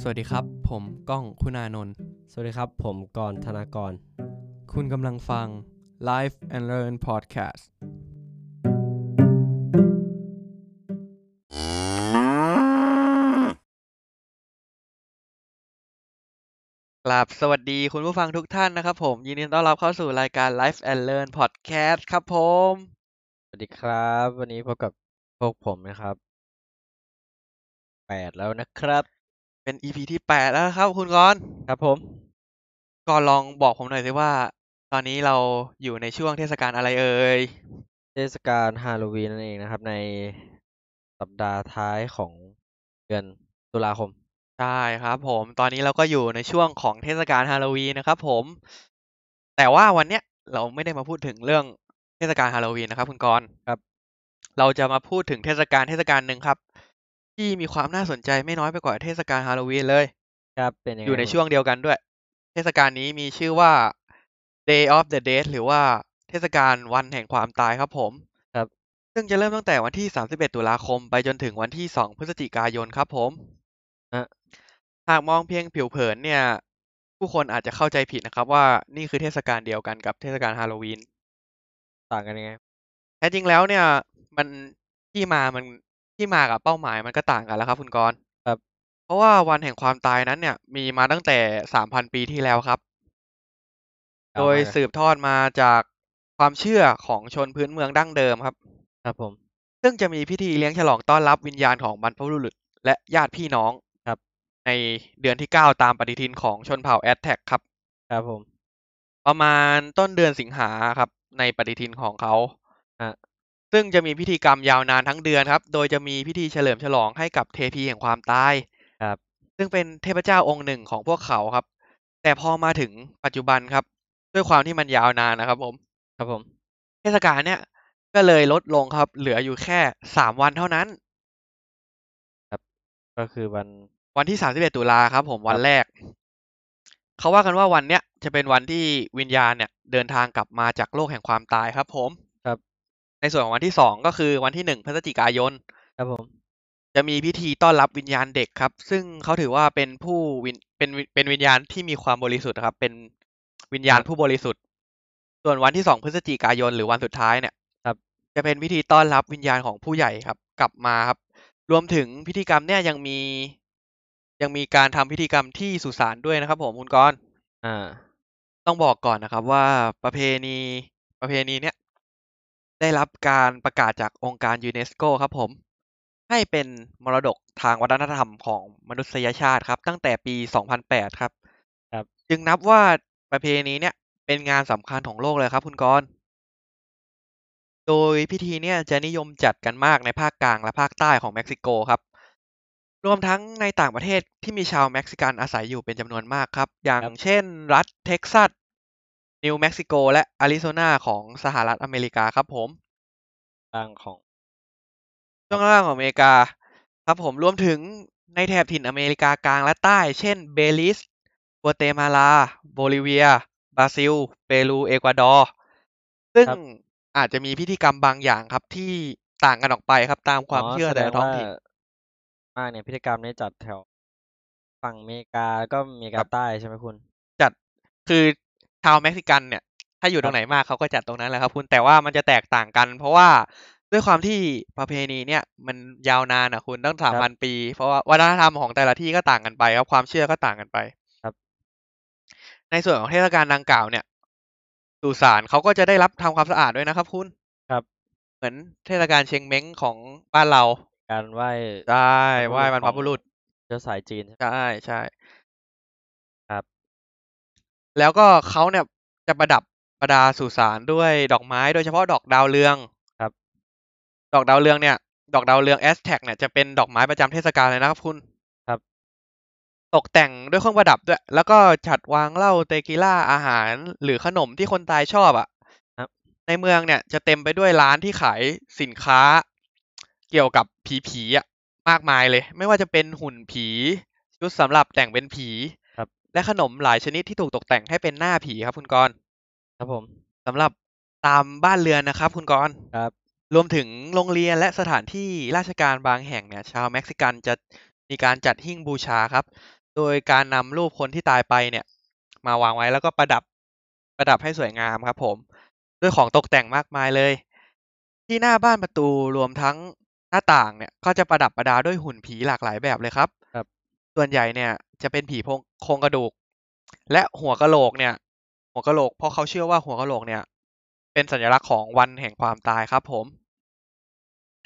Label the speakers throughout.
Speaker 1: สวัสดีครับ ผมก้องคุณานนท์
Speaker 2: สวัสดีครับ ผมกรณ์ธนากร
Speaker 1: คุณกำลังฟัง Life and Learn Podcast กราบสวัสดีคุณผู้ฟังทุกท่านนะครับผม ยินดีต้อนรับเข้าสู่รายการ Life and Learn Podcast ครับผม
Speaker 2: สวัสดีครับ วันนี้พบกับพวกผมนะครับแปดแล้วนะครับ
Speaker 1: เป็น EP ที่ 8 แล้วนะครับ คุณกรณ์
Speaker 2: ครับผม
Speaker 1: ก่อนลองบอกผมหน่อยสิว่า ตอนนี้เราอยู่ในช่วงเทศกาลอะไรเอ่ย
Speaker 2: เทศกาลฮาโลวีนนั่นเองนะครับ ในสัปดาห์ท้ายของเดือนตุลาคม
Speaker 1: ใช่ครับผม ตอนนี้เราก็อยู่ในช่วงของเทศกาลฮาโลวีนนะครับผม แต่ว่าวันเนี้ยเราไม่ได้มาพูดถึงเรื่องเทศกาลฮาโลวีนนะครับคุณกรณ์
Speaker 2: ครับ
Speaker 1: เราจะมาพูดถึงเทศกาลเทศกาลหนึ่งครับ ที่มีความน่าสนใจไม่น้อยไปกว่าเทศกาลฮาโลวีนเลย
Speaker 2: ครับเป็นยัง
Speaker 1: อ
Speaker 2: ไง
Speaker 1: ยู่ใน
Speaker 2: บ้าง
Speaker 1: ช่วงเดียวกันด้วย เทศกาลนี้มีชื่อว่า Day of the Dead หรือว่าเทศกาลวันแห่งความตายครับผม
Speaker 2: ครับ
Speaker 1: ซึ่งจะเริ่มตั้งแต่วันที่ 31 ตุลาคม ไปจนถึงวันที่ 2 พฤศจิกายนครับผม
Speaker 2: ฮะ
Speaker 1: หากมองเพียงผิวเผินเนี่ย ผู้คนอาจจะเข้าใจผิดนะครับว่านี่คือเทศกาลเดียวกันกับเทศกาลฮาโลวีน
Speaker 2: ต่างกันยังไง
Speaker 1: แท้จริงแล้วเนี่ยมันที่มามันที่มากับเป้าหมายมันก็ต่างกันแล้วครับ คุณกรณ์
Speaker 2: ครับ
Speaker 1: เพราะว่าวันแห่งความตายนั้นเนี่ย มีมาตั้งแต่สามพันปีที่แล้วครับ
Speaker 2: กล่าว
Speaker 1: โดย
Speaker 2: มาเลย
Speaker 1: สืบทอดมาจากความเชื่อของชนพื้นเมืองดั้งเดิมครับ
Speaker 2: ครับผม
Speaker 1: ซึ่งจะมีพิธีเลี้ยงฉลองต้อนรับวิญญาณของบรรพบุรุษและญาติพี่น้อง
Speaker 2: ครับ
Speaker 1: ในเดือนที่เก้าตามปฏิทินของชนเผ่าแอตแทกครับ
Speaker 2: ครับผม
Speaker 1: ประมาณต้นเดือนสิงหาครับ ในปฏิทินของเขา
Speaker 2: ฮะ
Speaker 1: ซึ่งจะมีพิธีกรรมยาวนานทั้งเดือนครับ โดยจะมีพิธีเฉลิมฉลองให้กับเทพีแห่งความตาย
Speaker 2: ครับ
Speaker 1: ซึ่งเป็นเทพเจ้าองค์หนึ่งของพวกเขาครับ แต่พอมาถึงปัจจุบันครับ ด้วยความที่มันยาวนานนะครับผม
Speaker 2: ครับผม
Speaker 1: เทศกาลเนี่ยก็เลยลดลงครับ เหลืออยู่แค่สามวันเท่านั้น
Speaker 2: ก็คือวัน
Speaker 1: วันที่สามสิบเอ็ดตุลาครับ ผมวัน
Speaker 2: ครับ
Speaker 1: แรก เขาว่ากันว่าวันเนี้ยจะเป็นวันที่วิญญาณเนี่ย เดินทางกลับมาจากโลกแห่งความตายครับ ผม
Speaker 2: ครับ
Speaker 1: ในส่วนของวันที่สองก็คือวันที่หนึ่งพฤศจิกายน
Speaker 2: ครับผม
Speaker 1: จะมีพิธีต้อนรับวิญญาณเด็กครับ ซึ่งเขาถือว่าเป็นผู้วิญเป็นวิเป็นวิญญาณที่มีความบริสุทธิ์ครับ เป็นวิญญาณผู้บริสุทธิ์ ส่วนวันที่สองพฤศจิกายนหรือวันสุดท้ายเนี่ย
Speaker 2: ครับ
Speaker 1: จะเป็นพิธีต้อนรับวิญญาณของผู้ใหญ่ครับ กลับมาครับ รวมถึงพิธีกรรมเนี่ยยังมี ยังมีการทำพิธีกรรมที่สุสานด้วยนะครับ ผมคุณกรณ์
Speaker 2: อ่า
Speaker 1: ต้องบอกก่อนนะครับว่าประเพณีประเพณีเนี้ยได้รับการประกาศจากองค์การยูเนสโกครับผม ให้เป็นมรดกทางวัฒนธรรมของมนุษยชาติครับ ตั้งแต่ปี 2008 ครับ
Speaker 2: ครับ
Speaker 1: จึงนับว่าประเพณีเนี่ยเป็นงานสำคัญของโลกเลยครับคุณกรณ์โดยพิธีเนี่ยจะนิยมจัดกันมากในภาคกลางและภาคใต้ของเม็กซิโกครับ รวมทั้งในต่างประเทศที่มีชาวเม็กซิกันอาศัยอยู่เป็นจำนวนมากครับ อย่าง
Speaker 2: ครับ
Speaker 1: เช่น รัฐเท็กซัส นิวเม็กซิโก และอาริโซนาของสหรัฐอเมริกาครับผม
Speaker 2: ต่างของ
Speaker 1: ช่วงล่างของอเมริกาครับผมรวมถึงในแถบถิ่นอเมริกากลางและใต้ เช่นเบลิสกัวเตมาลา โบลิเวีย บราซิล เปรู เอกวาดอร์ ซึ่ง
Speaker 2: ครับ
Speaker 1: อาจจะมีพิธีกรรมบางอย่างครับที่ต่างกันออกไปครับตามความเชื่อแต่ละท้องถิ่น
Speaker 2: แสดว่ามากเนี่ยพิธีกรรมนี้จัดแถว ฝั่งอเมริกาแล้วก็อเมริการ
Speaker 1: คั
Speaker 2: ร
Speaker 1: บ
Speaker 2: ใต้ใช่ไหมคุณ
Speaker 1: จัดคือชาวเม็กซิกันเนี่ย ถ้าอยู่ตรงไหนมากเขาก็จัดตรงนั้นแหละครับ คุณแต่ว่ามันจะแตกต่างกัน เพราะว่าด้วยความที่ประเพณีเนี่ย มันยาวนานนะคุณตั้งสามพันปี เพราะว่าวัฒนธรรมของแต่ละที่ก็ต่างกันไปครับความเชื่อก็ต่างกันไป
Speaker 2: ครับ
Speaker 1: ในส่วนของเทศกาลดังกล่าวเนี่ยสุสานเขาก็จะได้รับทำความสะอาดด้วยนะครับ คุณ
Speaker 2: ครับ
Speaker 1: เหมือนเทศกาลเชงเม้งของบ้านเรา
Speaker 2: การไหว้
Speaker 1: ใช่ไหว้บรรพ
Speaker 2: ของ
Speaker 1: บุรุษ
Speaker 2: เชื้อสายจีนใช่ไหม
Speaker 1: ใช่ใช่
Speaker 2: ครับ
Speaker 1: แล้วก็เขาเนี่ยจะประดับประดาสุสานด้วยดอกไม้โดยเฉพาะดอกดาวเรืองดอกดาวเรืองเนี่ย ดอกดาวเรืองแอสแท็กเนี่ยจะเป็นดอกไม้ประจำเทศกาลเลยนะครับคุณ
Speaker 2: ครับ
Speaker 1: ตกแต่งด้วยเครื่องประดับด้วย แล้วก็จัดวางเหล้าเตกิล่าอาหารหรือขนมที่คนตายชอบอ่ะ
Speaker 2: ครับ
Speaker 1: ในเมืองเนี่ยจะเต็มไปด้วยร้านที่ขายสินค้า เกี่ยวกับผีผีๆอ่ะมากมายเลย ไม่ว่าจะเป็นหุ่นผี ชุดสำหรับแต่งเป็นผี
Speaker 2: ครับ
Speaker 1: และขนมหลายชนิดที่ถูกตกแต่งให้เป็นหน้าผีครับคุณกรณ์
Speaker 2: ครับผม
Speaker 1: สำหรับตามบ้านเรือนนะครับ คุณกรณ์
Speaker 2: ครับ
Speaker 1: รวมถึงโรงเรียนและสถานที่ราชการบางแห่งเนี่ย ชาวเม็กซิกันจะมีการจัดหิ้งบูชาครับ โดยการนำรูปคนที่ตายไปเนี่ย มาวางไว้แล้วก็ประดับประดับให้สวยงามครับ ผม ด้วยของตกแต่งมากมายเลย ที่หน้าบ้านประตูรวมทั้งหน้าต่างเนี่ย ก็จะประดับประดาด้วยหุ่นผีหลากหลายแบบเลยครับ
Speaker 2: ครับ
Speaker 1: ส่วนใหญ่เนี่ยจะเป็นผีโพงโครงกระดูก และหัวกะโหลกเนี่ย หัวกะโหลกเพราะเขาเชื่อว่าหัวกะโหลกเนี่ย เป็นสัญลักษณ์ของวันแห่งความตายครับ ผม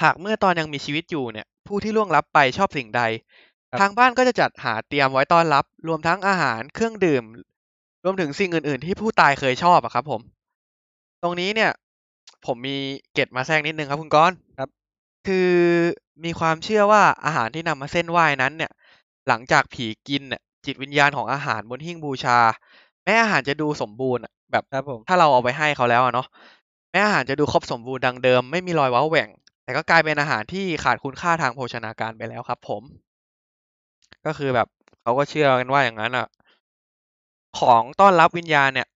Speaker 1: หากเมื่อตอนยังมีชีวิตอยู่เนี่ย ผู้ที่ล่วงลับไปชอบสิ่งใด
Speaker 2: ครับ
Speaker 1: ทางบ้านก็จะจัดหาเตรียมไว้ต้อนรับ รวมทั้งอาหารเครื่องดื่ม รวมถึงสิ่งอื่น ๆ ที่ผู้ตายเคยชอบอะครับ ผม ตรงนี้เนี่ย ผมมีเกร็ดมาแทรกนิดนึงครับคุณก้อน
Speaker 2: ครับ
Speaker 1: คือมีความเชื่อว่าอาหารที่นำมาเส้นไหว้นั้นเนี่ย หลังจากผีกินเนี่ยจิตวิญญาณของอาหารบนหิ้งบูชา แม้อาหารจะดูสมบูรณ์อะแบบ
Speaker 2: ครับผม
Speaker 1: ถ้าเราเอาไปให้เขาแล้วอะเนาะแม้อาหารจะดูครบสมบูรณ์ดังเดิม ไม่มีรอยว้าวแหว่ง แต่ก็กลายเป็นอาหารที่ขาดคุณค่าทางโภชนาการไปแล้วครับผม ก็คือแบบเขาก็เชื่อกันว่าอย่างนั้นอ่ะ ของต้อนรับวิญญาณเนี่ย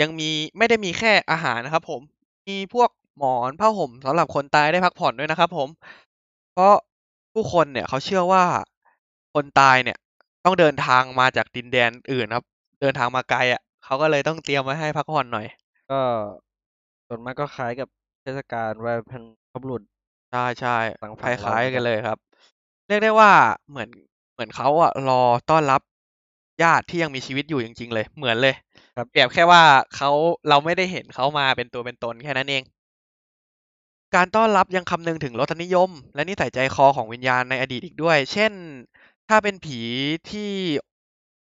Speaker 1: ยังมีไม่ได้มีแค่อาหารนะครับผม มีพวกหมอนผ้าห่มสำหรับคนตายได้พักผ่อนด้วยนะครับผม เพราะผู้คนเนี่ยเขาเชื่อว่าคนตายเนี่ย ต้องเดินทางมาจากดินแดนอื่นครับ เดินทางมาไกลอ่ะเขาก็เลยต้องเตรียมไว้ให้พักผ่อนหน่อย
Speaker 2: ก็ส่วนมากก็คล้ายกับเทศกาลไหว้บรรพบุรุษ
Speaker 1: ใช่ใช่
Speaker 2: ต่า
Speaker 1: ค
Speaker 2: งฝั่งเรา
Speaker 1: ล้ายๆ
Speaker 2: นะค
Speaker 1: กั
Speaker 2: รั
Speaker 1: น
Speaker 2: บ
Speaker 1: เลยครับ เรียกได้ว่าเหมือนเหมือนเขาอะรอต้อนรับญาติที่ยังมีชีวิตอยู่จริง ๆ เลย เหมือนเลย
Speaker 2: ครับ
Speaker 1: เปรียบแค่ว่าเขาเราไม่ได้เห็นเขามาเป็นตัวเป็นตนแค่นั้นเอง การต้อนรับยังคำนึงถึงรสนิยม และนิสัยใจคอของวิญญาณในอดีตอีกด้วย เช่น ถ้าเป็นผีที่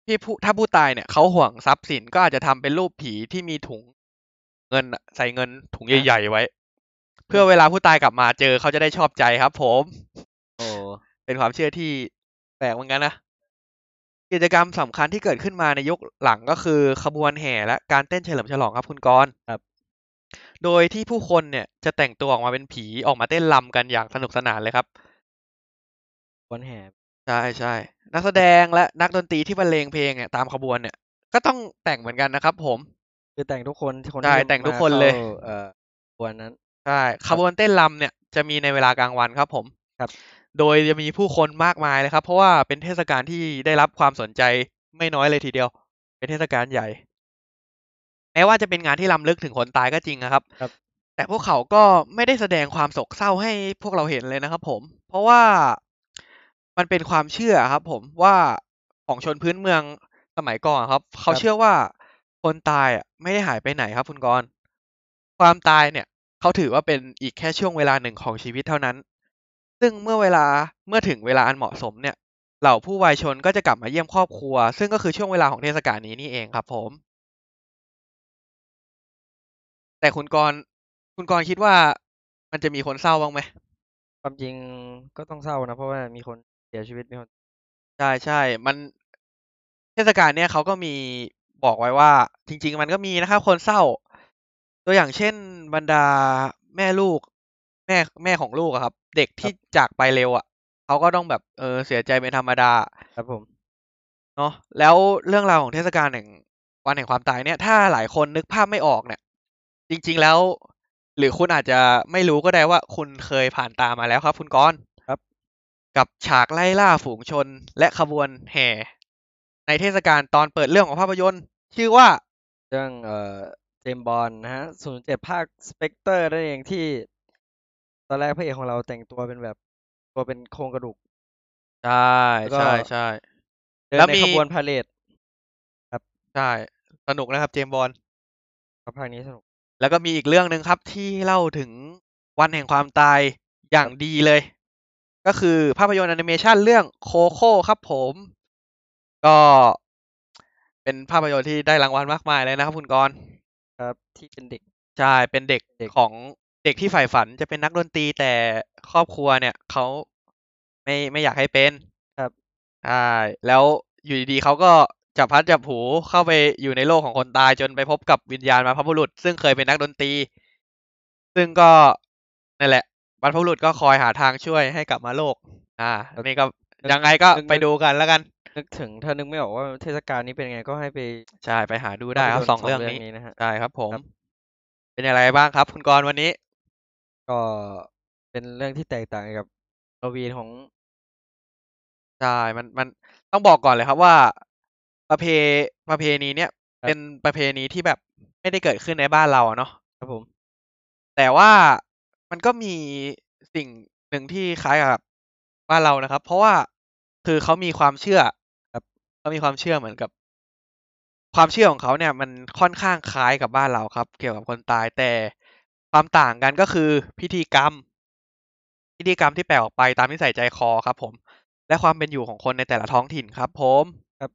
Speaker 1: ที่ผู้ถ้าผู้ตายเนี่ยเขาห่วงทรัพย์สินก็อาจจะทำเป็นรูปผีที่มีถุงเงินอะใส่เงินถุงใหญ่ๆไว้ เพื่อเวลาผู้ตายกลับมาเจอเขาจะได้ชอบใจครับ ผม
Speaker 2: โอ้
Speaker 1: เป็นความเชื่อที่แปลกเหมือนกันนะ กิจกรรมสำคัญที่เกิดขึ้นมาในยุคหลังก็คือขบวนแห่และการเต้นเฉลิมฉลองครับคุณกรณ์
Speaker 2: ครับ
Speaker 1: โดยที่ผู้คนเนี่ยจะแต่งตัวออกมาเป็นผีออกมาเต้นรำกันอย่างสนุกสนานเลยครับ
Speaker 2: วันแห่
Speaker 1: ใช่ใช่นักแสดงและนักดนตรีที่บรรเลงเพลงเนี่ยตามขบวนเนี่ย ก็ต้องแต่งเหมือนกันนะครับ ผม
Speaker 2: คือแต่งทุกคนที่คน
Speaker 1: ใช่
Speaker 2: ที่
Speaker 1: แต่งทุก
Speaker 2: มา
Speaker 1: คนเลย
Speaker 2: ข้า เอ่อขบวันนั้น
Speaker 1: ใช่ขบวนเต้นรำเนี่ยจะมีในเวลากลางวันครับผม
Speaker 2: ครับ
Speaker 1: โดยจะมีผู้คนมากมายเลยครับ เพราะว่าเป็นเทศกาลที่ได้รับความสนใจไม่น้อยเลยทีเดียว เป็นเทศกาลใหญ่ แม้ว่าจะเป็นงานที่ล้ำลึกถึงคนตายก็จริงนะครับ
Speaker 2: ครับ
Speaker 1: แต่พวกเขาก็ไม่ได้แสดงความโศกเศร้าให้พวกเราเห็นเลยนะครับผม เพราะว่ามันเป็นความเชื่อครับ ผมว่าของชนพื้นเมืองสมัยก่อนครับ เขา
Speaker 2: ครับ
Speaker 1: เชื่อว่าคนตายอะไม่ได้หายไปไหนครับคุณกรณ์ความตายเนี่ย เขาถือว่าเป็นอีกแค่ช่วงเวลาหนึ่งของชีวิตเท่านั้น ซึ่งเมื่อเวลาเมื่อถึงเวลาอันเหมาะสมเนี่ย เหล่าผู้วายชนก็จะกลับมาเยี่ยมครอบครัว ซึ่งก็คือช่วงเวลาของเทศกาลนี้นี่เองครับผม แต่คุณกรณ์คุณกรณ์คิดว่ามันจะมีคนเศร้าบ้างไหม
Speaker 2: ความจริงก็ต้องเศร้านะ เพราะว่ามีคนเสียชีวิตมีคน
Speaker 1: ใช่ใช่ มันเทศกาลเนี่ยเขาก็มีบอกไว้ว่า จริง ๆ มันก็มีนะครับคนเศร้า ตัวอย่างเช่นบรรดาแม่ลูก แม่แม่ของลูกอะครับ เด็กที่จากไปเร็วอ่ะเขาก็ต้องแบบเออเสียใจเป็นธรรมดา
Speaker 2: ครับผม
Speaker 1: เนาะแล้วเรื่องราวของเทศกาลแห่งวันแห่งความตายเนี่ย ถ้าหลายคนนึกภาพไม่ออกเนี่ย จริง ๆแล้ว หรือคุณอาจจะไม่รู้ก็ได้ว่าคุณเคยผ่านตามมาแล้วครับ คุณกรณ์
Speaker 2: ครับ
Speaker 1: กับฉากไล่ล่าฝูงชนและขบวนแห่ ในเทศกาลตอนเปิดเรื่องของภาพยนตร์ ชื่อว่า
Speaker 2: เรื่องเอ่อเจมส์บอนด์นะฮะศูนย์เจ็ดภาคสเปกเตอร์นั่นเองที่ ตอนแรกพระเอกของเราแต่งตัวเป็นแบบตัวเป็นโครงกระดูก
Speaker 1: ใช่
Speaker 2: ใช่
Speaker 1: ใช่ใช่
Speaker 2: เดิน
Speaker 1: แล้ว
Speaker 2: ใน
Speaker 1: มี
Speaker 2: ขบวนพาเหรด
Speaker 1: ใช่ สนุกนะครับเจมส์บอล
Speaker 2: ครับภาคนี้สนุก
Speaker 1: แล้วก็มีอีกเรื่องหนึ่งครับที่เล่าถึงวันแห่งความตายอย่างดีเลย ก็คือภาพยนตร์แอนิเมชันเรื่องโคโค่ครับผม ก็เป็นภาพยนตร์ที่ได้รางวัลมากมายเลยนะครับคุณกรณ์
Speaker 2: ครับที่เป็นเด็ก
Speaker 1: ใช่เป็นเด็ก
Speaker 2: เด็ก
Speaker 1: ของเด็กที่ใฝ่ฝันจะเป็นนักดนตรีแต่ครอบครัวเนี่ยเขาไม่ไม่อยากให้เป็นใช่แล้วอยู่ดีๆเขาก็จับพลัดจับผลูเข้าไปอยู่ในโลกของคนตายจนไปพบกับวิญญาณมาพบุรุษ ซึ่งเคยเป็นนักดนตรี ซึ่งก็นั่นแหละบรรพบุรุษก็คอยหาทางช่วยให้กลับมาโลก อ่าอันนี่ก็ยังไงก็ไปดูกันแล้วกัน
Speaker 2: นึกถึงถ้านึกไม่ออกว่าเทศกาลนี้เป็นไงก็ให้ไป
Speaker 1: ใช่ไปหาดูได้ครับ
Speaker 2: ภาพยนต
Speaker 1: สองเรื่องนี้
Speaker 2: นะฮะ
Speaker 1: ใช่ครับผม
Speaker 2: ครับ
Speaker 1: เป็นอย่างไรบ้างครับคุณกรณ์วันนี้
Speaker 2: ก็เป็นเรื่องที่แตกต่างกับฮาโลวีนของ
Speaker 1: ใช่ ใช่ มัน มันต้องบอกก่อนเลยครับว่า ประเพ ประเพณีเนี่ย
Speaker 2: ครับ
Speaker 1: เป็นประเพณีที่แบบไม่ได้เกิดขึ้นในบ้านเราอะเนาะ
Speaker 2: ครับผม
Speaker 1: แต่ว่ามันก็มีสิ่งหนึ่งที่คล้ายกับบ้านเรานะครับ เพราะว่าคือเขามีความเชื่อ
Speaker 2: ครับ
Speaker 1: เขามีความเชื่อเหมือนกับ ความเชื่อของเขาเนี่ย มันค่อนข้างคล้ายกับบ้านเราครับ เกี่ยวกับคนตายแต่ความต่างกันก็คือพิธีกรรม พิธีกรรมที่แปลออกไปตามที่ใส่ใจคอครับ ผม และความเป็นอยู่ของคนในแต่ละท้องถิ่นครับ ผม
Speaker 2: ครับ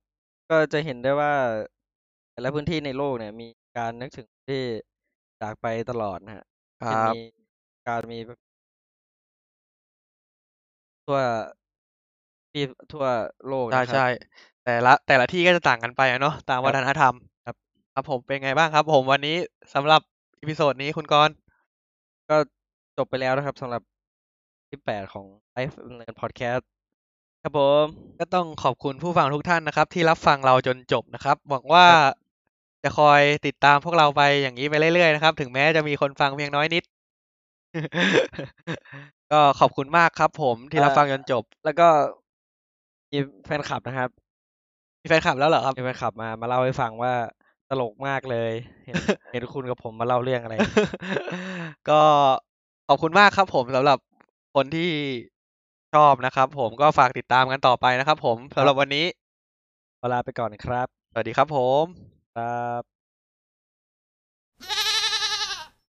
Speaker 2: ก็จะเห็นได้ว่า แต่ละพื้นที่ในโลกเนี่ย มีการนึกถึงที่จากไปตลอดนะฮะ
Speaker 1: ค
Speaker 2: จะ
Speaker 1: รับ
Speaker 2: มีการมีทั่วที่ทั่วโลก
Speaker 1: ใช่
Speaker 2: นะครับ
Speaker 1: ใช่แต่ละแต่ละที่ก็จะต่างกันไปอะเนาะตาม
Speaker 2: ค
Speaker 1: วั
Speaker 2: รับ
Speaker 1: ฒนธรรม
Speaker 2: ครับ
Speaker 1: ครับผมเป็นไงบ้างครับ ผมวันนี้สำหรับอีพิโซดนี้คุณกรณ์
Speaker 2: ก็จบไปแล้วนะครับสำหรับที่แปดของ Life and Learn Podcast ครับผม
Speaker 1: ก็ต้องขอบคุณผู้ฟังทุกท่านนะครับ ที่รับฟังเราจนจบนะครับ หวังว่า
Speaker 2: ครับ
Speaker 1: จะคอยติดตามพวกเราไปอย่างนี้ไปเรื่อยๆนะครับ ถึงแม้จะมีคนฟังเพียงน้อย นิด ก็ขอบคุณมากครับผมที่
Speaker 2: เอ่
Speaker 1: รับ
Speaker 2: อ
Speaker 1: ฟังจนจบ
Speaker 2: แล้วก็มีแฟนคลับนะครับ
Speaker 1: มีแฟนคลับแล้วเหรอครับ
Speaker 2: มีแฟนคลับมามาเล่าให้ฟังว่าตลกมากเลย เห็นเห็นคุณกับผมมาเล่าเรื่องอะไร
Speaker 1: ก็ขอบคุณมากครับผมสำหรับคนที่ชอบนะครับ ผมก็ฝากติดตามกันต่อไปนะครับ ผม
Speaker 2: ค
Speaker 1: สำ
Speaker 2: รั
Speaker 1: ห
Speaker 2: บ
Speaker 1: รับวันนี้
Speaker 2: ขอลาไปก่อนครับ
Speaker 1: สวัสดีครับผม
Speaker 2: ครับ